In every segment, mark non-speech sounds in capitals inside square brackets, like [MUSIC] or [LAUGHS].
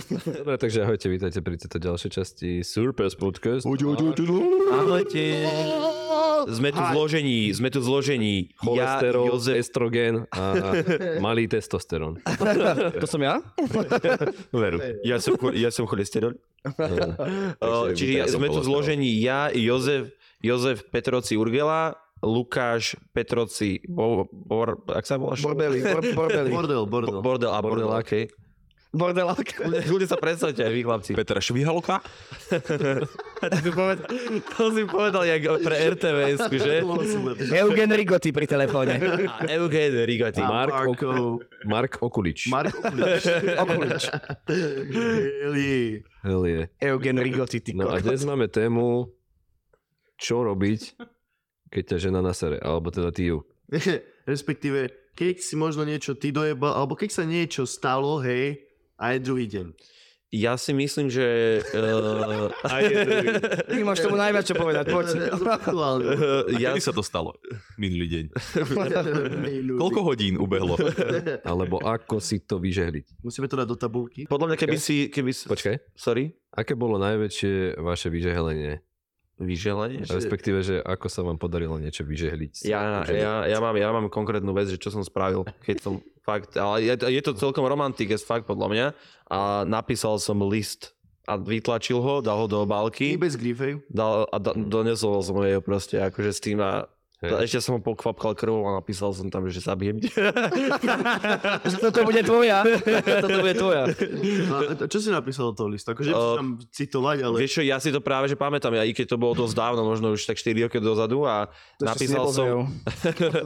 Dobre, takže ahojte, vítajte pri tejto ďalšej časti Surprise Podcast. [LAUGHS] Ahojte. Sme tu v zložení, sme tu v zložení. Ja, Cholesterol, Jozef, estrogen [LAUGHS] a malý testosterón. To som ja? veru. Ja som, cho- ja som cholesterol. Takže Uh, čiže ja, ja som sme tu cholesterol. v zložení ja, Jozef, Jozef Petroci Urgela, Lukáš Petroci Bo, Bor, ak sa voláš? Borbeli, bor, borbeli. Bordel, bordel. Bordel. No, Bordel, a bordel, okej. Bordel. Ľudia sa predstavte aj vy, chlapci. Petra Švihalka. [LAUGHS] To si povedal, to si povedal jak pre RTVS, že? Eugen Rigotti pri telefóne. A Eugen Rigati. Mark, Oku, Marko. Mark Okulič. Marko Kulič. Okulič. Eli. Hell je. Eugen Rigotti, ty No a kokot. dnes máme tému, čo robiť, keď ťa žena nasere, alebo teda ty ju. [LAUGHS] Respektíve, keď si možno niečo ty dojebal, alebo keď sa niečo stalo, hej, aj druhý deň. Ja si myslím, že... Uh, Ty máš tomu najviac čo povedať, poď. [LAUGHS] Aktuálne. [LAUGHS] ja, Kedy sa to stalo? Minulý deň. Miluj. Koľko hodín ubehlo? Alebo ako si to vyžehliť. [LAUGHS] Musíme to dať do tabulky. podľa mňa, keby si... Keby si Počkaj, Sorry? aké bolo najväčšie vaše vyžehlenie? Vyželenie? Respektíve, že ako sa vám podarilo niečo vyžehliť? Ja, Takže- ja, ja, mám, ja mám konkrétnu vec, že čo som spravil, keď som [LAUGHS] fakt, ale je, to- je to celkom romantik, as fakt podľa mňa, a napísal som list a vytlačil ho, dal ho do I obálky bez grifej. dal, a da, donesol som ho jej proste akože s tým a Hej. ešte som ho pokvapkal krvou a napísal som tam, že zabijem ťa. Toto bude [LAUGHS] tvoja. Toto bude tvoja. A, a No, čo si napísal do toho listu? Akože uh, Eh, tam citovať, ale... Vieš čo, ja si to práve že pamätám, ja, i keď to bolo dosť dávno, možno už tak 4 roky dozadu a To ešte si napísal som, nepozrejú. [LAUGHS]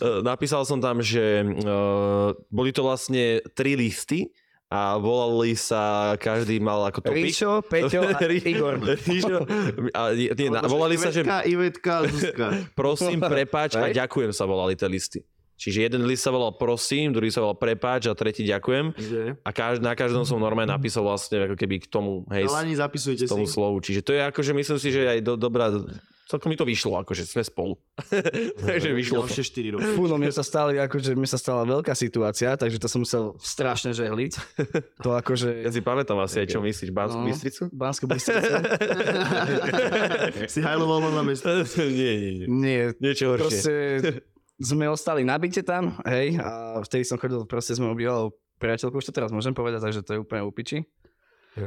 Eh, Napísal som tam, že uh, boli to vlastne tri listy a volali sa, každý mal ako topik. Ríšo, Peťo [LAUGHS] a Rí- Igor. Ríšo, a, nie, nie, na, Alebo volali sa, že Akože Ivetka, Ivetka, Zuzka. [LAUGHS] [LAUGHS] prosím, prepáč a Hej. ďakujem sa volali tie listy. Čiže jeden list sa volal prosím, druhý sa volal prepáč a tretí ďakujem. Že? A každ- na každom som normálne napísal vlastne ako keby k tomu, hej, s- Chalani, zapisujte k tomu si. slovu. Čiže to je akože, myslím si, že aj do, dobrá, celkom mi to vyšlo, akože sme spolu. [LAUGHS] Takže vyšlo to. Ďalšie 4 roky. Fú, no mne sa stali, akože mne sa stala veľká situácia, takže to som musel strašne žehliť. To Ja akože... si pamätám asi aj, čo myslíš, Banskú No. Bystricu? Banskú Bystricu. [LAUGHS] si hajloval na mesto. [LAUGHS] nie, nie, nie. Nie, Niečo horšie. proste sme ostali na byte tam, hej, a vtedy som chodil, proste sme obývali priateľku, už to teraz môžem povedať, takže to je úplne upiči.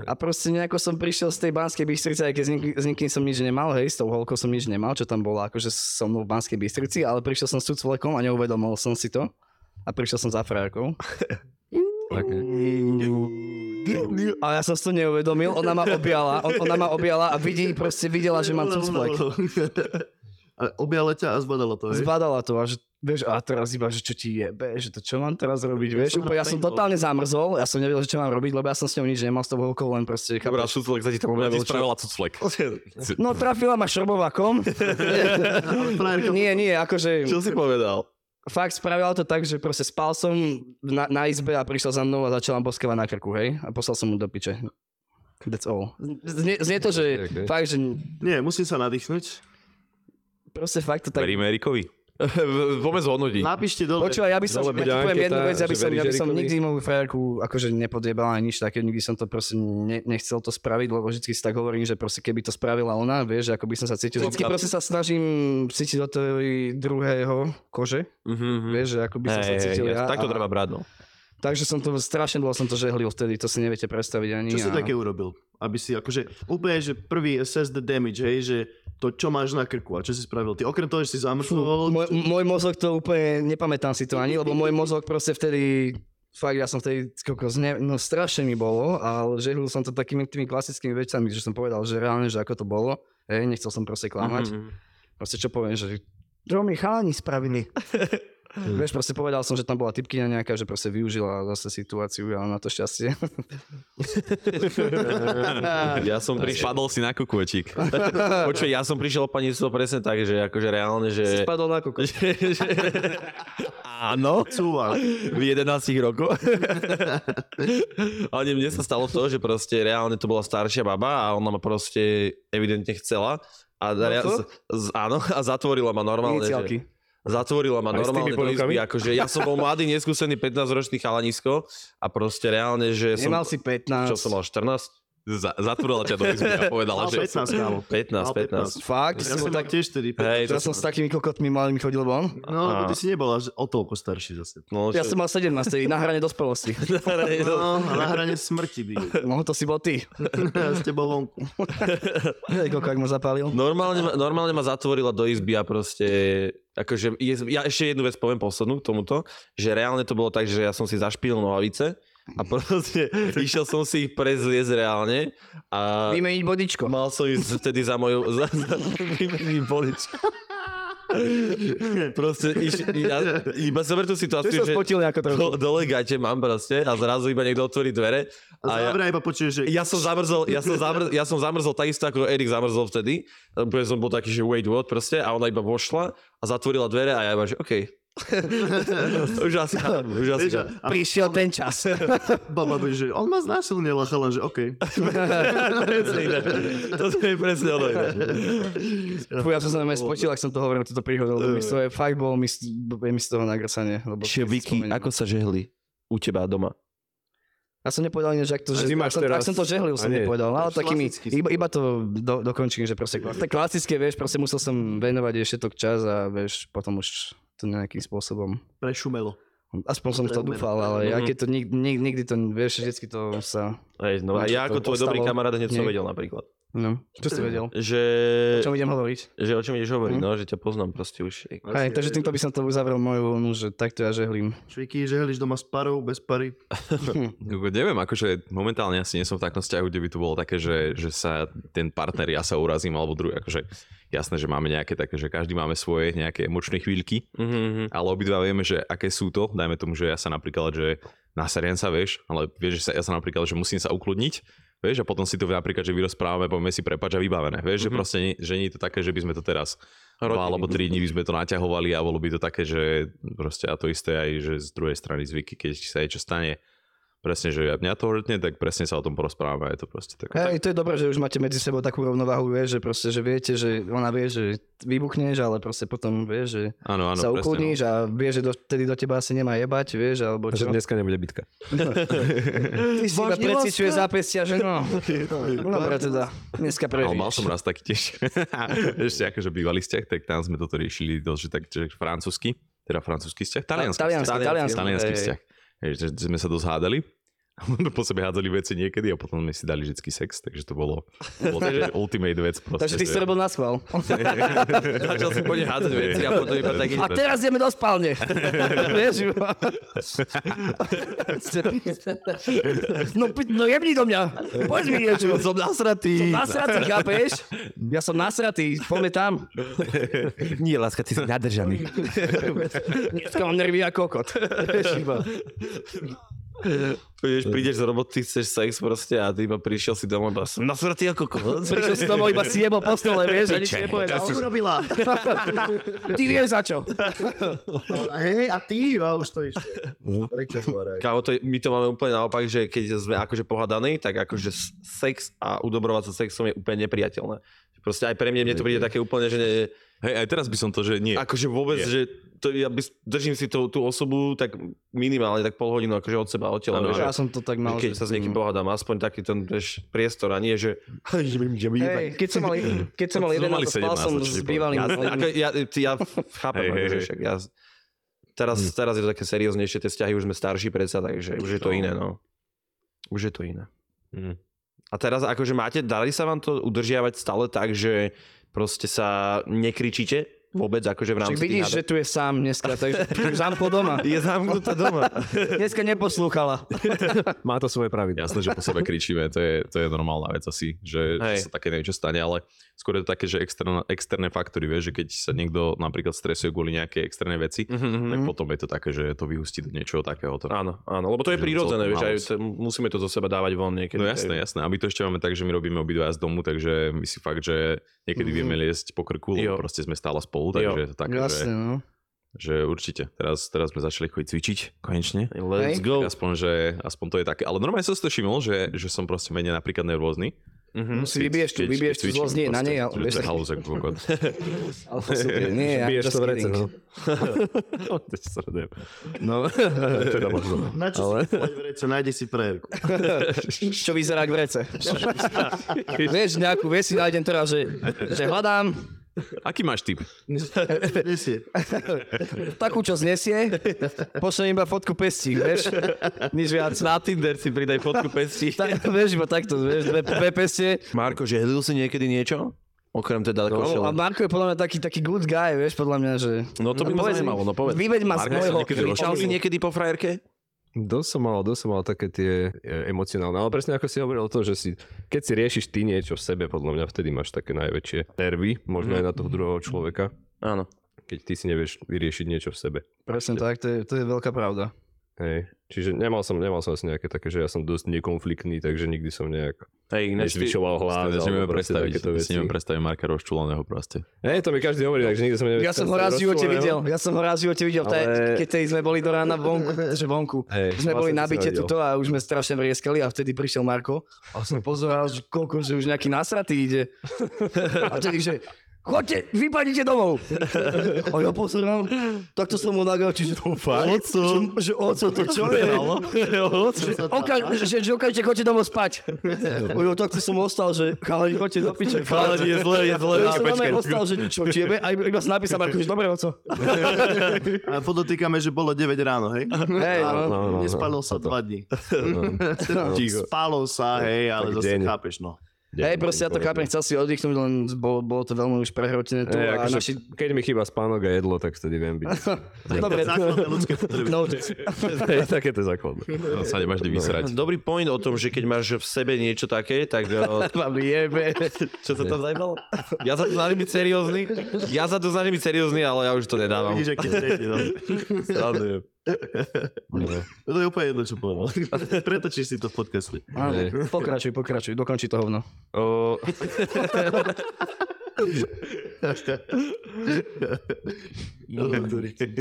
A proste nejako som prišiel z tej Banskej Bystrice, aj keď s, nik- s nikým som nič nemal, hej, s tou holkou som nič nemal, čo tam bola akože so mnou v Banskej Bystrici, ale prišiel som s cucvlekom a neuvedomil som si to a prišiel som za frajerkou. Také. A ja som si to neuvedomil, ona ma objala, on- ona ma objala a vidí, proste videla, že mám cucvlek. [LAUGHS] A objala ťa a zbadala to, hej? Zbadala to a že vieš, a teraz iba, že čo ti jebe, že to čo mám teraz robiť, vieš, som úplne, ja som napenkol. totálne zamrzol, ja som nevedel, že čo mám robiť, lebo ja som s ňou nič nemal s tou holkou, len proste, chápeš? Dobrá, šutlek sa ti tam Ja objavil. ti spravila [LAUGHS] cuclek. No trafila ma šrobovakom, Ale frajerka- nie, nie, akože Čo si povedal? fakt spravila to tak, že proste spal som na, na izbe a prišla za mnou a začala boskávať na krku, hej, a poslal som mu do piče. That's all. Znie, znie to, že Okay, okay. fakt, že Nie, musím sa nadýchnuť. proste fakt to tak... Veríme [LAUGHS] Erikovi. Poďme zhodnotiť. Napíšte dole. Počúvaj, ja by som, Mala byť ja ti poviem anketa, jednu vec, ja by že som, ja by veríš som Erikovi? nikdy moju frajerku akože nepodjebal ani nič také, nikdy som to proste ne, nechcel to spraviť, lebo vždycky si tak hovorím, že proste keby to spravila ona, vieš, že ako by som sa cítil. Vždycky proste sa snažím cítiť do tej druhého kože, Mhm. vieš, že ako by som sa cítil ja. Tak to a- treba brať, no. Takže som to, strašne dlho som to žehlil vtedy, to si neviete predstaviť ani. Čo si a- také urobil? Aby si akože úplne, že prvý assess the damage, hej, že to, čo máš na krku a čo si spravil. Ty okrem toho, že si Fú, zamrzoval, môj, môj mozog to úplne, nepamätám si to ani, lebo môj mozog proste vtedy, fakt ja som vtedy, kokos, ne, no strašne mi bolo, ale žehlil som to takými tými klasickými vecami, že som povedal, že reálne, že ako to bolo, hej, nechcel som proste klamať, proste čo poviem, že čo mi chalani spravili. Vieš, proste povedal som, že tam bola typkyňa nejaká, že proste využila zase situáciu, ale na to šťastie. [LAUGHS] Ja som prišiel... Spadol si na [LAUGHS] kukuočík. Počuj, ja som prišiel o pani to presne tak, že akože reálne, že... Spadol na koko. že- že- Áno, cúval. v 11 rokoch. Ale mne sa stalo to, že proste reálne to bola staršia baba a ona ma proste evidentne chcela. A, rea- z, to? z, áno, a zatvorila ma normálne. že- No Iniciálky. Zatvorila ma Aj s tými normálne do ponukami? izby, akože ja som bol mladý, neskúsený 15-ročný chalanisko a proste reálne, že som... Nemal si Čo 15. som mal, 14? Za, zatvorila ťa do izby a povedala, Mal že... 15, kámo. 15, Mal 15. Fakt? Ja som si bol tak tak... tiež 4, 5. Hej, Ja som s takými kokotmi malými chodil von. No, lebo A- ty si nebol až o toľko starší zase. No, Ja čo- som mal 17, tedy na hrane dospelosti. [LAUGHS] No, a na hrane smrti by. [LAUGHS] [LAUGHS] No, to si bol ty. S tebou vonku. Hej, koľko ak ma zapálil. Normálne, ma- normálne ma zatvorila do izby a proste, akože, je, ja ešte jednu vec poviem poslednú k tomuto, že reálne to bolo tak, že ja som si zašpil nohavice a proste išiel som si ich prezliesť reálne a Vymeniť bodičko. mal som ísť vtedy za mojou, za, za vymením bolič. Proste iš, ja, iba zober tú Ty situáciu, sa že spotil ako trochu. do, dole gate mám proste a zrazu iba niekto otvorí dvere A a ja, závra iba počuješ, že... ja som zamrzol, ja som, zamrzol, ja som zamrzol takisto ako Erik zamrzol vtedy. Úplne som bol taký, že wait what proste a ona iba vošla a zatvorila dvere a ja iba, že OK. [LAUGHS] už asi chápem, už asi Vieš, a- chápem. a Prišiel ten čas. [LAUGHS] baba by, že on ma znásilnil a chalan, že [LAUGHS] OK. Presne iné. To je presne ono iné. Fú, ja som sa na mňa spotil, ak som to hovoril, túto príhodu, lebo mi z toho je fakt bol mi, z- je mi z toho nagrcanie. Lebo keď si spomeniem. sa žehli u teba doma? Ja som nepovedal iné, že ak to, A že, ty ak máš som, ak teraz- som to žehlil, som a nie, nepovedal, ale to je takými, klasický iba, iba to do, dokončím, že proste klas- tak klasické, vieš, proste musel som venovať ešte to čas a vieš, potom už to nejakým spôsobom. Prešumelo. Aspoň som Premer. to dúfal, ale Mhm. aj keď to nikdy, nikdy to, vieš, vždycky to sa, Hej, no, a ja Čo to ako tvoj dobrý ostalo? kamarát hneď som Nie. vedel napríklad. no, čo si vedel? Že, E, O čom idem hovoriť? že o čom ideš hovoriť, Hm? no, že ťa poznám proste už. Erik. vlastne Hej, takže týmto by som to uzavrel moju vlnu, že takto ja žehlím. Šviky, žehliš doma s parou, bez pary. No. Ako, Neviem, akože momentálne asi nie som v takom vzťahu, kde by to bolo také, že, že sa ten partner, ja sa urazím, alebo druhý, akože jasné, že máme nejaké také, že každý máme svoje nejaké emočné chvíľky, Mhm, mhm. ale obidva vieme, že aké sú to. Dajme tomu, že ja sa napríklad, že naseriam sa, vieš, ale vieš, že sa, ja sa napríklad, že musím sa ukludniť, vieš, a potom si to napríklad, že vyrozprávame, povieme si prepač a vybavené. Vieš, mm-hmm. že Mhm. proste nie, že nie je to také, že by sme to teraz Rotili. dva alebo tri dní by sme to naťahovali a bolo by to také, že proste a to isté aj, že z druhej strany zvyky, keď sa niečo stane, presne, že mňa to vrtne, tak presne sa o tom porozprávame. Je to proste tak. Hej, to je dobré, že už máte medzi sebou takú rovnováhu, vieš, že proste, že viete, že ona vie, že vybuchneš, ale proste potom vieš, že Áno, áno, sa presne, no. ukludníš a vieš, že do, vtedy do teba asi nemá jebať, vieš, alebo Že čo. dneska nebude bitka. Ty si iba Vážne precičuje zápestia, že [LAUGHS] no. Dobre teda, dneska Ale No, mal prežiješ. som raz taký tiež. [LAUGHS] Ešte akože bývalý vzťah, tak tam sme toto riešili dosť, že tak že francúzsky, teda francúzsky vzťah, taliansky, taliansky, vzťah, taliansky, taliansky hej. vzťah. Hej, že že sme sa dosť hádali. [LAUGHS] po sebe hádzali veci niekedy a potom sme si dali vždycky sex, takže to bolo, [LAUGHS] bolo takže ultimate vec. Proste, Takže ty si že- to [LAUGHS] robil na schvál. [LAUGHS] Začal som po nej hádzať veci a potom iba taký... A teraz ideme do [LAUGHS] spálne. Vieš, iba. [LAUGHS] no, pi- no jebni do mňa. Povedz mi niečo. Som nasratý. Nasratý, chápeš? Ja som nasratý, poďme tam. [LAUGHS] Nie, láska, ty si nadržaný. Dneska mám nervy ako kokot. Vieš, iba. Vieš, prídeš z roboty, chceš sex proste a ty iba prišiel si domov a som nasratý ako kokos. Prišiel si domov iba si jebol po stole, vieš, a nič Ja nepovedal. si urobila. [LAUGHS] Ty vieš za čo. Hej, a ty? A už to ešte. Prečo hovoraj? Kámo, to je, my to máme úplne naopak, že keď sme akože pohadaní, tak akože s- sex a udobrovať sa sexom je úplne nepriateľné. Proste aj pre mňa, mne to príde také úplne, že ne, Hej, aj teraz by som to, že nie. akože vôbec, Je. že to, ja by, držím si tú, tú osobu tak minimálne tak pol hodinu akože od seba, od tela. Áno, vieš, Ja že- som to tak mal. keď že- sa s mm-hmm. niekým pohádam, aspoň taký ten vieš, priestor a nie, [LAUGHS] že No, Hej, keď som mal, keď som mal Sme jeden, mali spal 17, som to čo s ti bývalým. Jasné, ako ja, ty, ja chápem, Hej, hej, Hm. akože hej. však ja, teraz, teraz je to také serióznejšie, tie vzťahy už sme starší predsa, takže už je to No. iné, no. Už je to iné. Mm. A teraz akože máte, darí sa vám to udržiavať stále tak, že proste sa nekričíte vôbec akože v rámci Však vidíš, že tých tu je sám dneska, takže zamklo doma. hádok? Je zamknutá doma. Dneska neposlúchala. Má to svoje pravidla. Jasné, že po [LAUGHS] sebe kričíme, to je, to je normálna vec asi, že Hej. sa také niečo stane, ale skôr je to také, že externá, externé faktory, vieš, že keď sa niekto napríklad stresuje kvôli nejakej externej veci, tak potom je to také, že to vyhustí do niečoho takéhoto. Mhm, Áno, áno, lebo to je Že prírodzené, celkom vieš, aj malosť. to- musíme to zo seba dávať von niekedy. No jasné, jasné. A my to ešte máme tak, že my robíme obidva z domu, takže my si fakt, že niekedy vieme liesť po krku, Mhm. Jo. lebo proste sme stále spolu, takže Jo. je to také, že, Jasne, no. že určite. Teraz, teraz sme začali chodiť cvičiť, konečne. Let's Hej. go. Aspoň, že, aspoň to je také. Ale normálne som si to všimol, že, že som proste menej napríklad nervózny. Mm-hmm. Musí vybiješ tu, vybiješ tu zlosť, nie, na nej, ale vieš, To je tak- halúza, kokot. Ale super, [LAUGHS] [LAUGHS] nie, ja Biješ just to v rece, kidding. no. [LAUGHS] [LAUGHS] No, to je srdem. [LAUGHS] No, teda možno. Na čo Ale... si poď v rece, nájde si [LAUGHS] prejavku. [LAUGHS] Čo vyzerá k vrece. vieš, nejakú, vieš si nájdem teraz, že, že hľadám Aký máš typ? Nesie. takú, čo znesie, pošlem iba fotku pestí, vieš, nič viac. Na Tinder si pridaj fotku pestí. Tak, vieš, iba takto, vieš, dve, dve pestie. Marko, že hľadil si niekedy niečo? Okrem teda No, A košele. Marko je podľa mňa taký, taký good guy, vieš, podľa mňa, že... No to by ma povedz mi, zaujímalo, no povedz. Vyveď ma z Marko, môjho... sa niekedy Kričal si niekedy po frajerke? Dosť som mal, dosť som mal také tie e, emocionálne, ale presne ako si hovoril o tom, že si, keď si riešiš ty niečo v sebe, podľa mňa vtedy máš také najväčšie nervy, možno aj na Mhm. toho druhého človeka, Áno. keď ty si nevieš vyriešiť niečo v sebe. Presne tak, to je, to je veľká pravda. Hej. Čiže nemal som, nemal som asi nejaké také, že ja som dosť nekonfliktný, takže nikdy som nejak Hej, ináč ty- nezvyšoval hlas. Ja si neviem alebo proste predstaviť, takéto ja si veci. neviem predstaviť Marka rozčuleného proste. Hej, to mi každý hovorí, takže nikdy som nevedel. Ja som ho raz v živote videl, ja som ho raz v živote videl, ale... no. Ale- keď tej sme boli do rána vonku, [LAUGHS] že vonku. Hej, Sme mal boli som, keď som nabite ho videl. tuto a už sme strašne vrieskali a vtedy prišiel Marko a som pozeral, že koľko, že už nejaký nasratý ide. [LAUGHS] A vtedy, že chodte, vypadnite domov. A ja pozerám, takto som mu nagal, čiže to fakt? Oco? Že oco, to čo je? no? Oka- že, že okamžite chodte domov spať. [LAUGHS] Ujo, takto som ostal, že chalani, chodte do piče. Chalani, je zle, je zle. Ja som normálne ostal, že čo tiebe? A iba som napísal Marko, že dobre, oco. A podotýkame, že bolo 9 ráno, hej? Hej, no. No, no, no. Nespalo sa Toto. [LAUGHS] 2 dní. No. Spalo sa, hej, ale Tak zase deň. chápeš, no. Hej, proste ja to chápem, Konkrétne. chcel si oddychnúť, len bolo, bolo to veľmi už prehrotené tu No, Hej, a akože, naši... Keď mi chýba spánok a jedlo, tak vtedy viem byť. [LAUGHS] Dobre, Základné ľudské potreby. no, Hej, Takéto základné. No. To No, sa nemáš kde vysrať. Dobrý point o tom, že keď máš v sebe niečo také, tak... [LAUGHS] eh, [LAUGHS] vám jebe. Čo sa tam zajebalo? Ja sa tu snažím byť seriózny. Ja sa tu snažím byť seriózny, ale ja už to nedávam. Vidíš, aké zrejde, no. Srandujem. To je úplne jedno, čo povedal. [LAUGHS] Pretočíš si to v podcaste. Áno, pokračuj, pokračuj, dokonči to hovno. O,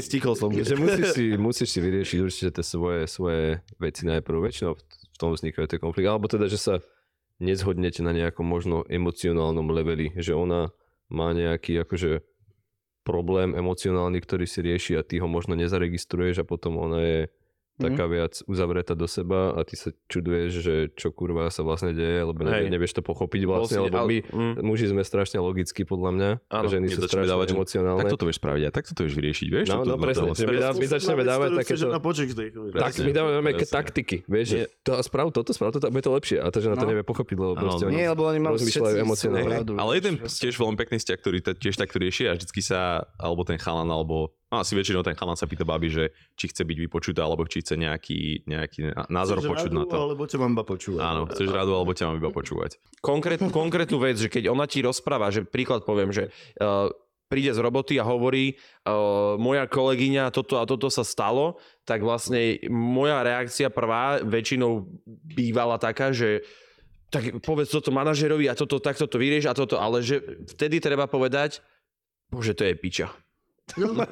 Stíkol som. že musíš si, musíš si vyriešiť určite tie svoje, svoje veci najprv. Väčšinou v- v tom vznikajú tie konflikty. Alebo teda, že sa nezhodnete na nejakom možno emocionálnom leveli. Že ona má nejaký akože problém emocionálny, ktorý si rieši a ty ho možno nezaregistruješ a potom ona je taká viac uzavretá do seba a ty sa čuduješ, že čo kurva sa vlastne deje, lebo nevie, Hej. nevieš to pochopiť vlastne, Vlastne, lebo ale- my Mm. muži sme strašne logickí podľa mňa a Áno, ženy my sú začneme strašne dávať, že emocionálne. Tak toto vieš spraviť a takto to vieš vyriešiť, vieš? No, toto- no presne, toto- že my, dá, my začneme dávať takéto... Na poček, to je Tak Presne, my dávame také presne. taktiky, vieš, že to, sprav toto, sprav toto, a bude to lepšie. A to, že na to No. nevie pochopiť, lebo Áno, proste no. oni... Nie, lebo oni majú rozmýšľajú všetci emocionálne. svoju pravdu. [LAUGHS] Ale jeden tiež veľmi pekný vzťah, ktorý to tiež takto rieši a vždycky sa, alebo ten chalan, alebo no, asi väčšinou ten chalan sa pýta babi, že či chce byť vypočutá, alebo či chce nejaký, nejaký názor počuť na to. Alebo ťa mám iba počúvať. Áno, chceš radu, alebo ťa mám iba počúvať. konkrétnu, konkrétnu vec, že keď ona ti rozpráva, že príklad poviem, že uh, príde z roboty a hovorí, uh, moja kolegyňa toto a toto sa stalo, tak vlastne moja reakcia prvá väčšinou bývala taká, že tak povedz toto manažerovi a toto, takto to vyrieš a toto, ale že vtedy treba povedať, bože, to je piča.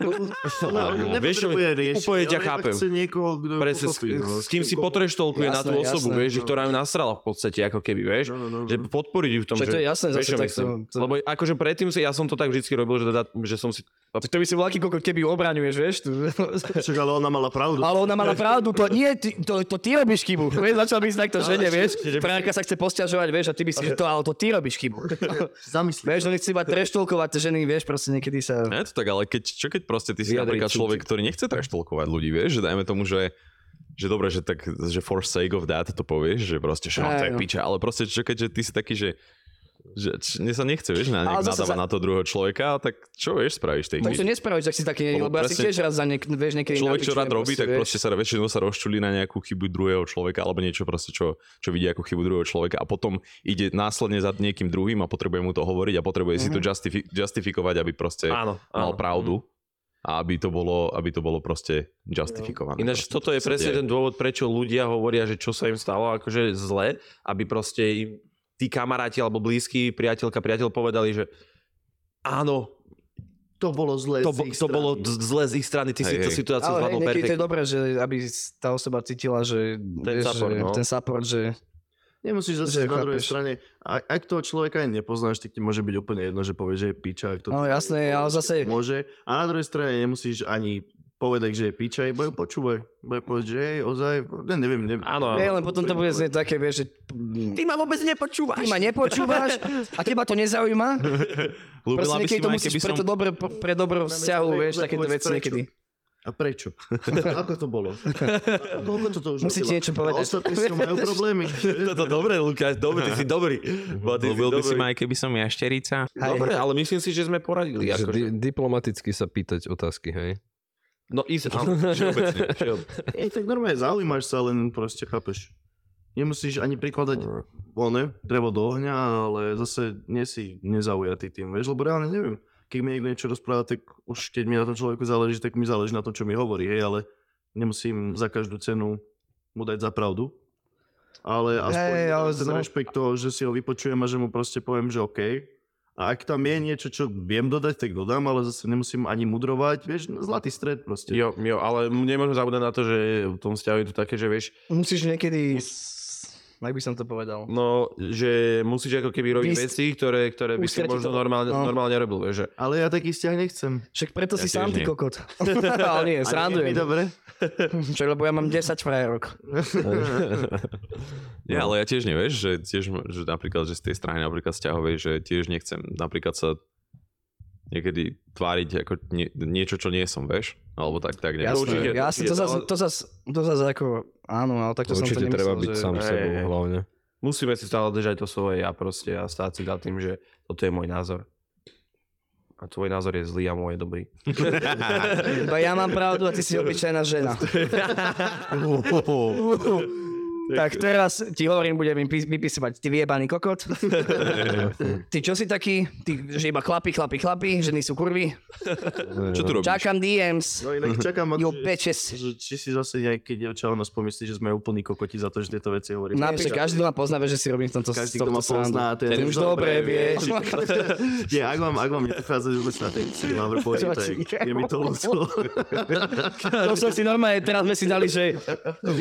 No, Vieš čo, nepotrebuje riešiť, úplne ťa ale iba chápem. Chce niekoho, kto Presne, s, pochopí, no. s kým si potreštolkuje na Jasné, tú osobu, jasné, vieš, že no. ktorá ju nasrala v podstate, ako keby, vieš, No, no, no, no. že podporiť ju v tom, Čo to že je jasné, Vieš, zase čo tak myslím? to... to- Lebo akože predtým si, ja som to tak vždy robil, že, teda, že som si... To by si volal, koľko keby ju obraňuješ, vieš? tu. Však, ale ona mala pravdu. Ale ona mala pravdu, to nie, ty, to, to ty robíš chybu. [LAUGHS] Vieš, začal by si takto žene, vieš? Frajerka sa chce posťažovať, vieš, a ty by si, že to, ale to ty robíš chybu. Zamysli. Vieš, oni chcú iba treštulkovať tie ženy, vieš, proste niekedy sa... Ne, to tak, ale keď, čo keď proste ty si Vyjadriť napríklad súcit. človek, ktorý nechce traštolkovať ľudí, vieš, že dajme tomu, že že dobre, že tak, že for sake of that to povieš, že proste, že no, to je Áno. piča, ale proste, čo keď, že ty si taký, že že č- mne sa nechce, vieš, na, Ale zase nadávať za- na to druhého človeka, tak čo vieš, spravíš tej Tak to chvíli? nespravíš, ak si taký, lebo, Lebo lebo ja si presne- tiež raz za niek- vieš, niekedy Človek, čo napičujem, rád robí, tak vieš. proste sa väčšinou sa rozčulí na nejakú chybu druhého človeka alebo niečo proste, čo, čo vidí ako chybu druhého človeka a potom ide následne za niekým druhým a potrebuje mu to hovoriť a potrebuje si Mhm. to justifi- justifikovať, aby proste Áno, mal áno. pravdu a aby to bolo, aby to bolo proste justifikované. Mm. Ináč proste, toto čo je sa presne deje. ten dôvod, prečo ľudia hovoria, že čo sa im stalo akože zle, aby proste im tí kamaráti alebo blízky, priateľka, priateľ povedali, že áno, To bolo zlé to, z bo, ich to strany. bolo d- zle z ich strany, ty si Hej, tú hej. situáciu Ale hej, zvládol niekedy to perfektne. je dobré, že aby tá osoba cítila, že Ten vieš, support, že, no. ten support že Nemusíš Že zase na druhej chápeš. strane, a, ak toho človeka aj nepoznáš, tak ti môže byť úplne jedno, že povie, že je piča. Ak to No jasné, ale zase- Môže. A na druhej strane nemusíš ani povedať, že je piča, iba ju počúvaj. Iba ju povedať, že hej, ozaj, ne, neviem, neviem. Áno. Nie, len potom to bude znieť také, vieš, že mm, Ty ma vôbec nepočúvaš. ty ma nepočúvaš a teba to nezaujíma. Proste Ľúbila by si niekedy to ma, aj musíš keby som... preto dobre, pre dobro vzťahu, Máme vieš, sa takéto povedať veci prečo. niekedy. A [LAUGHS] prečo? Ako to bolo? [LAUGHS] A Koľko toto už Musíte robila? niečo A povedať. Ostatní s ňou majú problémy. [LAUGHS] Toto dobre, Lukáš, dobre, ty si dobrý. Bo ty Ľúbil by si dobrý. ma, aj keby som jašterica. Dobre, ale myslím si, že sme poradili. Že Akože. di- diplomaticky sa pýtať otázky, hej? No ísť, Všeobecne. všeobecne. Ej, tak normálne zaujímaš sa, len proste chápeš. Nemusíš ani prikladať one, drevo do ohňa, ale zase nie si nezaujatý tým, vieš, lebo reálne neviem. Keď mi niekto niečo rozpráva, tak už keď mi na tom človeku záleží, tak mi záleží na tom, čo mi hovorí, hej, ale nemusím za každú cenu mu dať za pravdu. Ale aspoň Hej, hey, ale ale ten znovu- rešpekt toho, že si ho vypočujem a že mu proste poviem, že OK. A ak tam je niečo, čo viem dodať, tak dodám, ale zase nemusím ani mudrovať, vieš, zlatý stred proste. jo, jo, ale nemôžem zabúdať na to, že v tom vzťahu je to také, že vieš, Musíš niekedy, jak by som to povedal. no, že musíš ako keby robiť Vys- veci, ktoré, ktoré by si Ústretiť možno to. normálne, No. normálne robil, vieš, že Ale ja taký vzťah nechcem. Však preto si tiež sám ty nie. kokot. ale nie, A nie je mi srandujem. dobre. Čo, lebo ja mám 10 frajerok. Nie, No. ale ja tiež nevieš, že tiež že napríklad, že z tej strany napríklad vzťahovej, že tiež nechcem napríklad sa niekedy tváriť ako nie, niečo, čo nie som, vieš? Alebo tak, tak nie. Jasné, určite, jasné, určite, to zase, ale- to zase, to zase ako, áno, ale takto som to Určite nemyslel, treba byť že... sám Hej, sebou hej. hlavne. musíme si stále držať to svoje ja proste a stáť si za tým, že toto je môj názor. A tvoj názor je zlý a môj je dobrý. Iba ja mám pravdu a ty si obyčajná žena. tak teraz ti hovorím, budem im pís- vypisovať, ty vyjebaný kokot. Ty čo si taký? Ty, že iba chlapi, chlapi, chlapi, ženy sú kurvy. Čo tu robíš? Čakám DMs. No [LAUGHS] inak čakám, You že, bitches. že, či si zase nejaké dievča o nás pomyslí, že sme úplní kokoti za to, že tieto veci hovoríme. Napríklad každý ma pozná, vie, že si robím v tomto Každý, kto tomto ma srandu. pozná, ten, Ten už dobre vie. Nie, ak vám, ak vám neprechádza vôbec na tej si mám report, Čo tak ti je? je mi to [LAUGHS] ľúto. [LAUGHS] To som si normálne, teraz sme si dali, že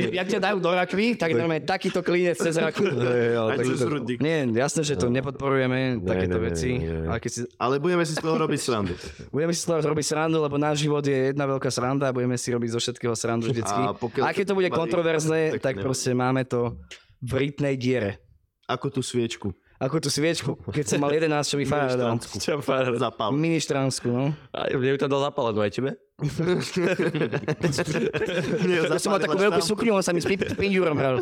jak ťa dajú do rakvy, tak normálne takýto klinec cez [LAUGHS] rakvu. ale Aj cez rudník. Nie, jasné, že No. to nepodporujeme, takéto ne, ne, veci. ne, ne. Ale keď si, Ale budeme si z toho robiť srandu. budeme si z toho robiť srandu, lebo náš život je jedna veľká sranda a budeme si robiť zo všetkého srandu vždycky. A pokiaľ A keď to bude to baví, kontroverzné, tak tak nevadí. proste máme to v rytnej diere. Ako tú sviečku. Ako tú sviečku, keď som mal 11, čo [LAUGHS] mi fara dal. Štránsku. Čo pár... [LAUGHS] Zapal. Ministránsku, no. Aj, mne by tam dal zapáleť, no aj tebe? Ja som mal takú veľkú sukňu, on sa mi s pin- pinďúrom hral.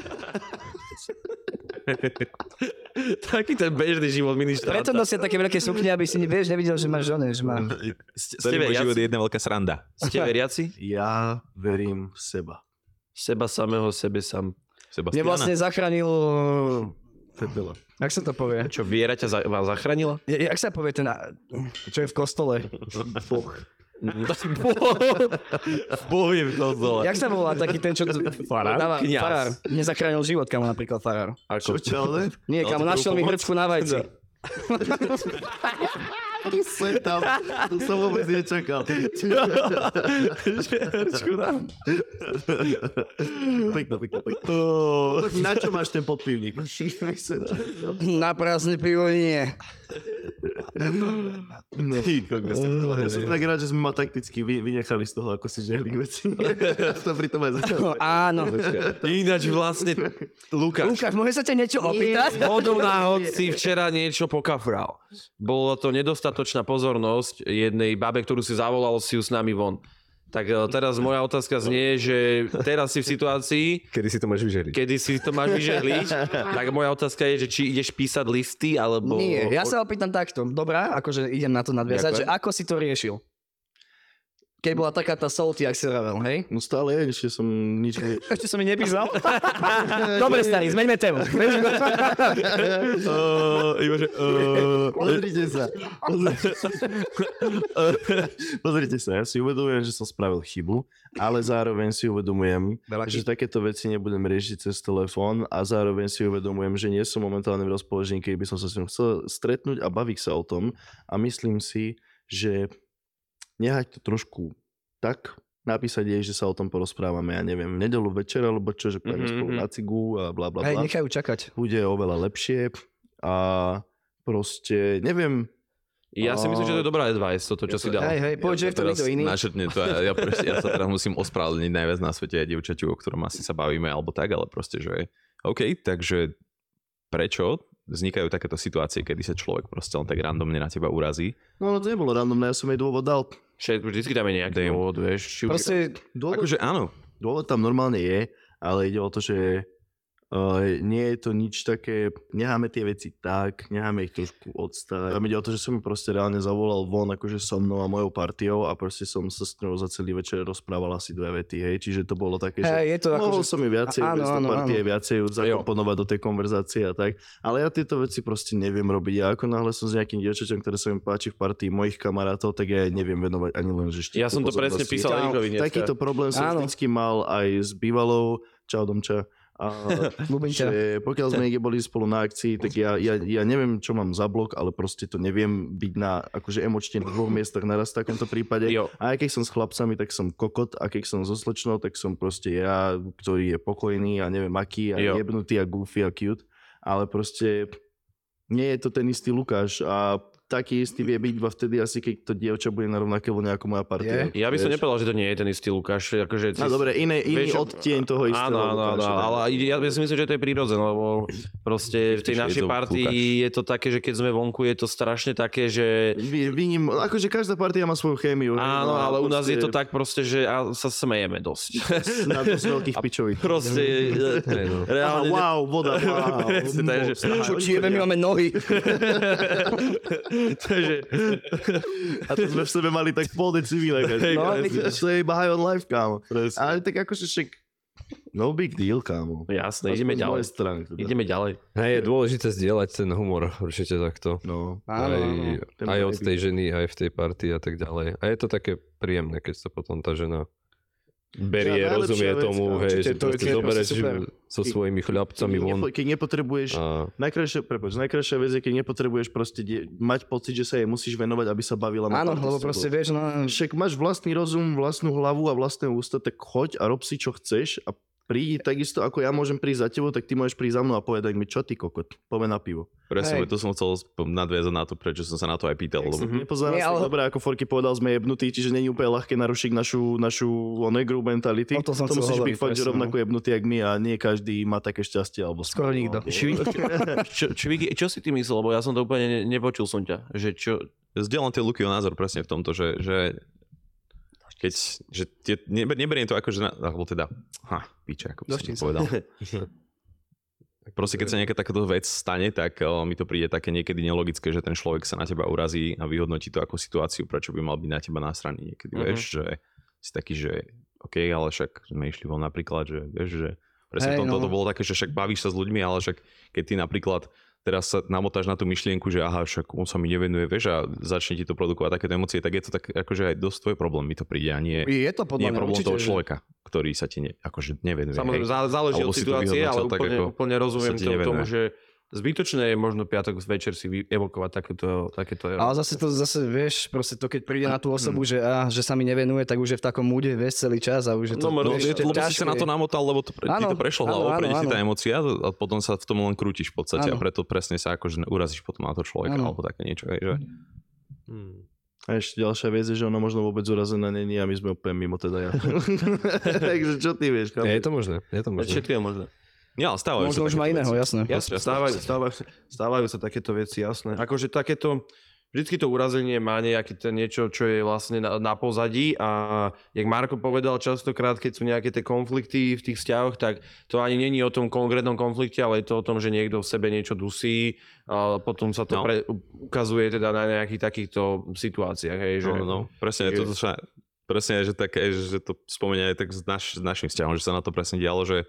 [LAUGHS] Taký ten bežný život ministra. Preto nosia také veľké sukne, aby si ne- vieš, nevidel, že máš žene, že má. S, s Celý tebe, môj ja, život je jedna veľká sranda. ste veriaci? Ja verím v seba. Seba samého, sebe sám. Mne Sebastiana. vlastne zachránil... Pepela. Jak sa to povie? Čo, viera ťa za, vás [LAUGHS] zachránila? Je- Jak sa povie ten... a- Čo je v kostole? Boh je v tom dole. Jak sa volá taký ten, čo... Farár? Dáva, Kňaz. farár. Mne zachránil život, kamo napríklad farár. Čo, čo, ale? [LAUGHS] Nie, kamo, našiel mi hrčku na vajci. Sem tam, to som vôbec [LAUGHS] nečakal. Pekno, pekno, pekno. Oh. Na čo máš ten [LAUGHS] podpivník? [LAUGHS] Na prázdne pivo nie. No. Ja som tak rád, že sme ma takticky vy- vynechali z toho, ako si žehli [LAUGHS] veci. to pri tom aj začalo. No, áno. Ináč vlastne, Lukáš, Lukáš, môžem sa ťa niečo opýtať? hodou náhod si včera niečo pokafral. Bolo to nedostatočná pozornosť jednej babe, ktorú si zavolal, si ju s nami von. Tak e, teraz moja otázka znie, že teraz si v situácii, Kedy si to máš vyželiť? kedy si to máš vyžehliť, tak moja otázka je, že či ideš písať listy, alebo... Nie, ja sa opýtam takto. Dobrá, akože idem na to nadviazať, že ako si to riešil? Keď bola taká tá salty, ak si vravel, hej? No stále je, ešte som nič ne... Ešte som mi nepísal. [LAUGHS] Dobre, starý, zmeňme tému. Eh, Pozrite sa. Pozrite sa. [LAUGHS] Pozrite sa, ja si uvedomujem, že som spravil chybu, ale zároveň si uvedomujem, že takéto veci nebudem riešiť cez telefón a zároveň si uvedomujem, že nie som momentálne v rozpoložení, keď by som sa s ním chcel stretnúť a baviť sa o tom a myslím si, že nehať to trošku tak, napísať jej, že sa o tom porozprávame, ja neviem, v nedelu večer alebo čo, že pôjdeme Mhm, spolu mhm. na cigu a bla bla Hej, bla. nechajú čakať. Bude oveľa lepšie a proste, neviem, Ja si myslím, že to je dobrá advice, toto, čo Ja si to- dal. Hej, hej, povedz, že je to teraz niekto iný. Načrtne to, ja, ja, proste, ja sa teraz musím ospravedlniť najviac na svete aj dievčaťu, o ktorom asi sa bavíme, alebo tak, ale proste, že OK, takže prečo vznikajú takéto situácie, kedy sa človek proste len tak randomne na teba urazí? no ale to nebolo randomné, ja som jej dôvod dal. Všet, vždycky tam je nejaký Damn. dôvod, vieš. Či už... Proste, Dôvod, Akože áno, dôvod tam normálne je, ale ide o to, že Uh, nie je to nič také, necháme tie veci tak, necháme ich trošku odstať. Tam ide o to, že som ju proste reálne zavolal von akože so mnou a mojou partiou a proste som sa s ňou za celý večer rozprával asi dve vety, hej, čiže to bolo také, že hej, je to Mohol akože... som ju viacej, Áno, áno, áno, áno, partie, áno. viacej ju zakomponovať do tej konverzácie a tak. Ale ja tieto veci proste neviem robiť. Ja ako náhle som s nejakým dievčaťom, ktoré sa mi páči v partii mojich kamarátov, tak ja jej neviem venovať ani len, že štítku Ja som to presne pozornosti. písal Erikovi dneska. Takýto problém som Áno. vždycky mal aj s bývalou. Čau, Domča. [LAUGHS] A Ľubím ťa. že pokiaľ sme niekde boli spolu na akcii, tak ja, ja, ja neviem, čo mám za blok, ale proste to neviem byť na akože emočne na dvoch miestach naraz v takomto prípade. Jo. A aj keď som s chlapcami, tak som kokot, a keď som so slečnou, tak som proste ja, ktorý je pokojný a neviem aký a Jo. jebnutý a goofy a cute. Ale proste nie je to ten istý Lukáš a taký istý vie byť iba vtedy asi, keď to dievča bude na rovnaké vlne ako moja partia. Ja by som Vieš? nepovedal, že to nie je ten istý Lukáš. Akože, No dobre, iné, iný Vieš, odtieň toho istého Áno, áno, áno, Lukáša. ale ide- ja si myslím, že to je prírodzené, lebo proste v tej Ježiš, našej je to partii je to také, že keď sme vonku, je to strašne také, že Vy- Vyním, akože každá partia má svoju chémiu. hej, áno, no a ale u nás je to proste tak proste, že a sa smejeme dosť. [LAUGHS] [LAUGHS] Na dosť veľkých pičoví. Proste e, [LAUGHS] Hej, no. Aha, reálne... wow, voda, wow. [LAUGHS] Presne, takže- Čo ti jebe, my máme nohy. Takže, A to sme v sebe mali tak pol decibíla. každý. No, ale- to je iba high on life, kámo. presne. Ale tak akože však... No big deal, kámo. Jasné, Aspoň z ideme mojej ďalej. strany. teda. Ideme ďalej. Hej, je dôležité zdieľať ten humor, určite takto. No. Áno, aj, áno. Ten aj od baby. tej ženy, aj v tej partii a tak ďalej. A je to také príjemné, keď sa potom tá žena berie, najlepšia rozumie vec, tomu, áno. hej, Určite že to je- proste to je zobereš proste super. so svojimi chlapcami Keď von. nepo- Keď nepotrebuješ A Najkrajšia, prepáč, najkrajšia vec je, keď nepotrebuješ proste die, mať pocit, že sa jej musíš venovať, aby sa bavila. na Áno, party lebo s tebou. proste vieš, no... Však máš vlastný rozum, vlastnú hlavu a vlastné ústa, tak choď a rob si, čo chceš a prídi takisto, ako ja môžem prísť za tebou, tak ty môžeš prísť za mnou a povedať mi, čo ty kokot, poďme na pivo. presne, Hej. to som chcel sp- nadviazať na to, prečo som sa na to aj pýtal, lebo Mm-hmm. Nepozerám Nie, ale... ale- dobre, ako Forky povedal, sme jebnutí, čiže není úplne ľahké narušiť našu, našu one group mentality. O to som to chcel musíš byť hovoriť, fakt, že presne, no. rovnako jebnutý, jak my a nie každý má také šťastie. Alebo no. Skoro nikto. Či, [LAUGHS] čo, či, čo si ty myslel, lebo ja som to úplne ne, nepočul som ťa, že čo... Zdieľam tie Lukyho názor presne v tomto, že, že keď, že tie, neber, neberiem to ako, že, na, alebo teda, ha, piče, ako by som Doštím to sa. [LAUGHS] povedal. Proste keď sa nejaká takáto vec stane, tak o, mi to príde také niekedy nelogické, že ten človek sa na teba urazí a vyhodnotí to ako situáciu, prečo by mal byť na teba násraný niekedy, Mhm. vieš, že si taký, že OK, ale však sme išli von napríklad, že vieš, že presne Hej, hey, no. to bolo také, že však bavíš sa s ľuďmi, ale však keď ty napríklad teraz sa namotáš na tú myšlienku, že aha, však on sa mi nevenuje, vieš, a začne ti to produkovať takéto emócie, tak je to tak, akože aj dosť tvoj problém mi to príde a nie, Je to nie podľa je mňa problém určite, toho že- človeka, ktorý sa ti ne, akože nevenuje. Samozrejme, hej. zá, záleží Alebo od si to situácie, ale vyhodnotil tak, úplne, ako úplne rozumiem sa ti tomu, tomu, nevenuje. že zbytočné je možno piatok večer si vy- evokovať takéto, takéto Ale zase to, zase vieš, proste to, keď príde na tú osobu, že, á, že sa mi nevenuje, tak už je v takom múde, vieš, celý čas a už je to... No, No, Lebo je vieš, to, lebo si ťažké. sa na to namotal, lebo to, pre, ti Áno, to áno, prešlo hlavou, áno, prejde ti tá áno. emocia a potom sa v tom len krútiš v podstate Áno. a preto presne sa akože urazíš potom na to človeka Áno. Mhm. alebo také niečo. Hej, že? A ešte ďalšia vec je, že ona možno vôbec urazená není a my sme úplne mimo teda ja. Takže čo ty vieš? chápeš? je to možné, je to možné. Všetko je možné. Ja, ale stávajú Možno sa už má takéto iného, veci. jasné. Ja- Jasne, stávajú, stávajú, stávajú sa takéto veci, jasné. Akože takéto, vždycky to urazenie má nejaké to niečo, čo je vlastne na, na pozadí a jak Marko povedal častokrát, keď sú nejaké tie konflikty v tých vzťahoch, tak to ani není o tom konkrétnom konflikte, ale je to o tom, že niekto v sebe niečo dusí a potom sa to No. pre, ukazuje teda na nejakých takýchto situáciách, hej, že... No, no, no, presne, že- to, sa, presne, že, také, že to spomenia aj tak s, naš, s našim vzťahom, že sa na to presne dialo, že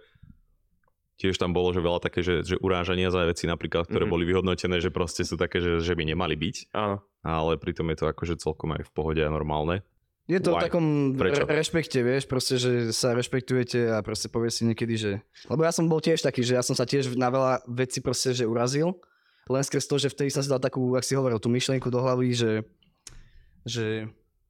tiež tam bolo, že veľa také, že, že urážania za veci napríklad, Mhm. ktoré boli vyhodnotené, že proste sú také, že, že by nemali byť, Áno. ale pritom je to akože celkom aj v pohode a normálne. Je to v Why? takom Prečo? re- rešpekte, vieš, proste, že sa rešpektujete a proste povie si niekedy, že... Lebo ja som bol tiež taký, že ja som sa tiež na veľa vecí proste, že urazil, len skres to, že vtedy som si dal takú, ak si hovoril, tú myšlienku do hlavy, že, že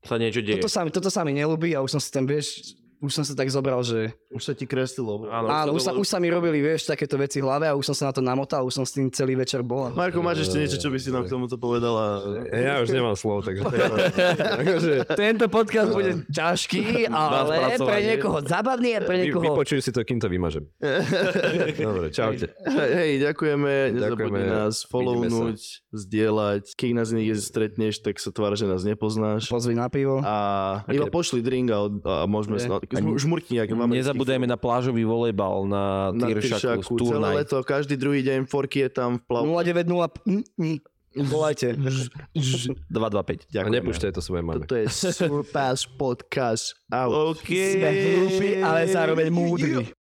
sa niečo deje. Toto sa, mi, toto sa mi nelúbi a už som si ten, vieš, už som sa tak zobral, že Už sa ti kreslilo. Áno, áno, už sa, už sa mi robili, vieš, takéto veci v hlave a už som sa na to namotal, už som s tým celý večer bol. a- Marko, máš ešte niečo, čo by si nám k tomuto povedala? E, Ja už nemám slov, takže... takže Tento podcast bude ťažký, ale pre spracovanie. niekoho zabavný a pre vy, niekoho... vypočuj si to, kým to vymažem. Dobre, čaute. Hej, ďakujeme, nezabudni Ďakujeme, nás follownúť, zdieľať. Keď nás niekde stretneš, tak sa tvár, že nás nepoznáš. Pozvi na pivo. A iba pošli drink a, a môžeme Je. sa... žmu- Žmurky nejaké máme. Nezabúdajme na plážový volejbal na, na Tyršaku, Tyršaku. Celé turnaj. leto, každý druhý deň, Forky je tam v plavu. 090... mm, mm, Volajte. 225. A Ďakujeme. nepúšťaj to svojej No. mame. Toto je Surpass Podcast. Out. OK. Sme hlúpi, ale zároveň múdri.